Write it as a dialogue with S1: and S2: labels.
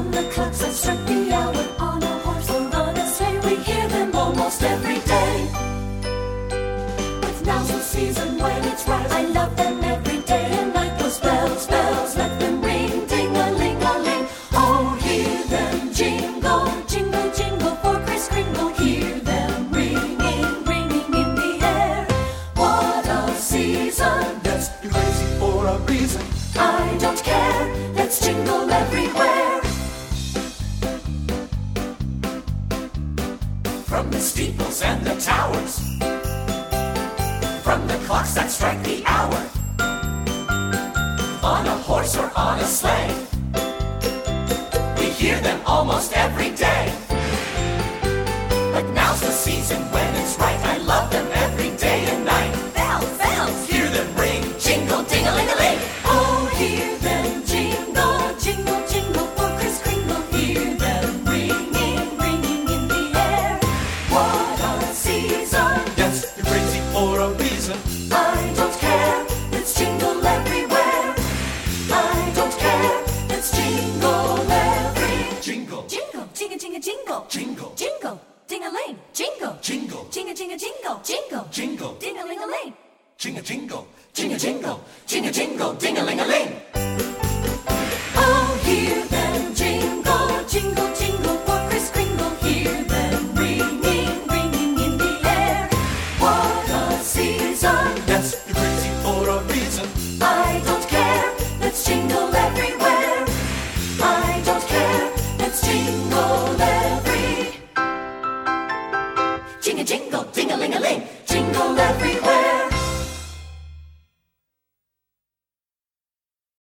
S1: clocks that struck the hour on a horse alone as hey, we hear them almost every day. But now's the season when it's right. I love them every day and night. Those bells, bells, let them ring, ding a ling a ling. Oh, hear them jingle, jingle, jingle for Kris Kringle. Hear them ringing, ringing in the air. What a season!
S2: Yes, you're crazy for a reason.
S1: I don't care, let's jingle everywhere.
S2: From the steeples and the towers. From the clocks that strike the hour. On a horse or on a sleigh. We hear them almost every day. But now's the season when it's right. I love them every day and night.
S1: Bells, bells,
S2: Hear them ring, jingle, ding a ling a
S1: ding-a-ling-a-ling.
S2: ling.
S1: Oh, hear them jingle, jingle, jingle for Kris Kringle. Hear them ringing, ringing in the air. What a season!
S2: Yes, you're crazy for a reason.
S1: I don't care, it's jingle everywhere. I don't care, it's jingle every.
S2: Jingle,
S1: Jingle, jingle, jingle, jingle,
S2: jingle,
S1: jingle, ding a ling, jingle,
S2: jingle,
S1: jingle, jingle, jingle, jingle,
S2: jingle,
S1: ding a ling a ling.
S2: jingle, jingle, jingle, jingle, jingle, jingle, ding a ling a ling.
S1: Oh, hear them jingle, jingle, jingle for Kris Kringle. Hear them ringing, ringing in the air. What a season!
S2: Yes, you're crazy for a reason.
S1: I don't care, let's jingle everywhere. I don't care, let's jingle every. Jingle jingle, ding a ling a ling,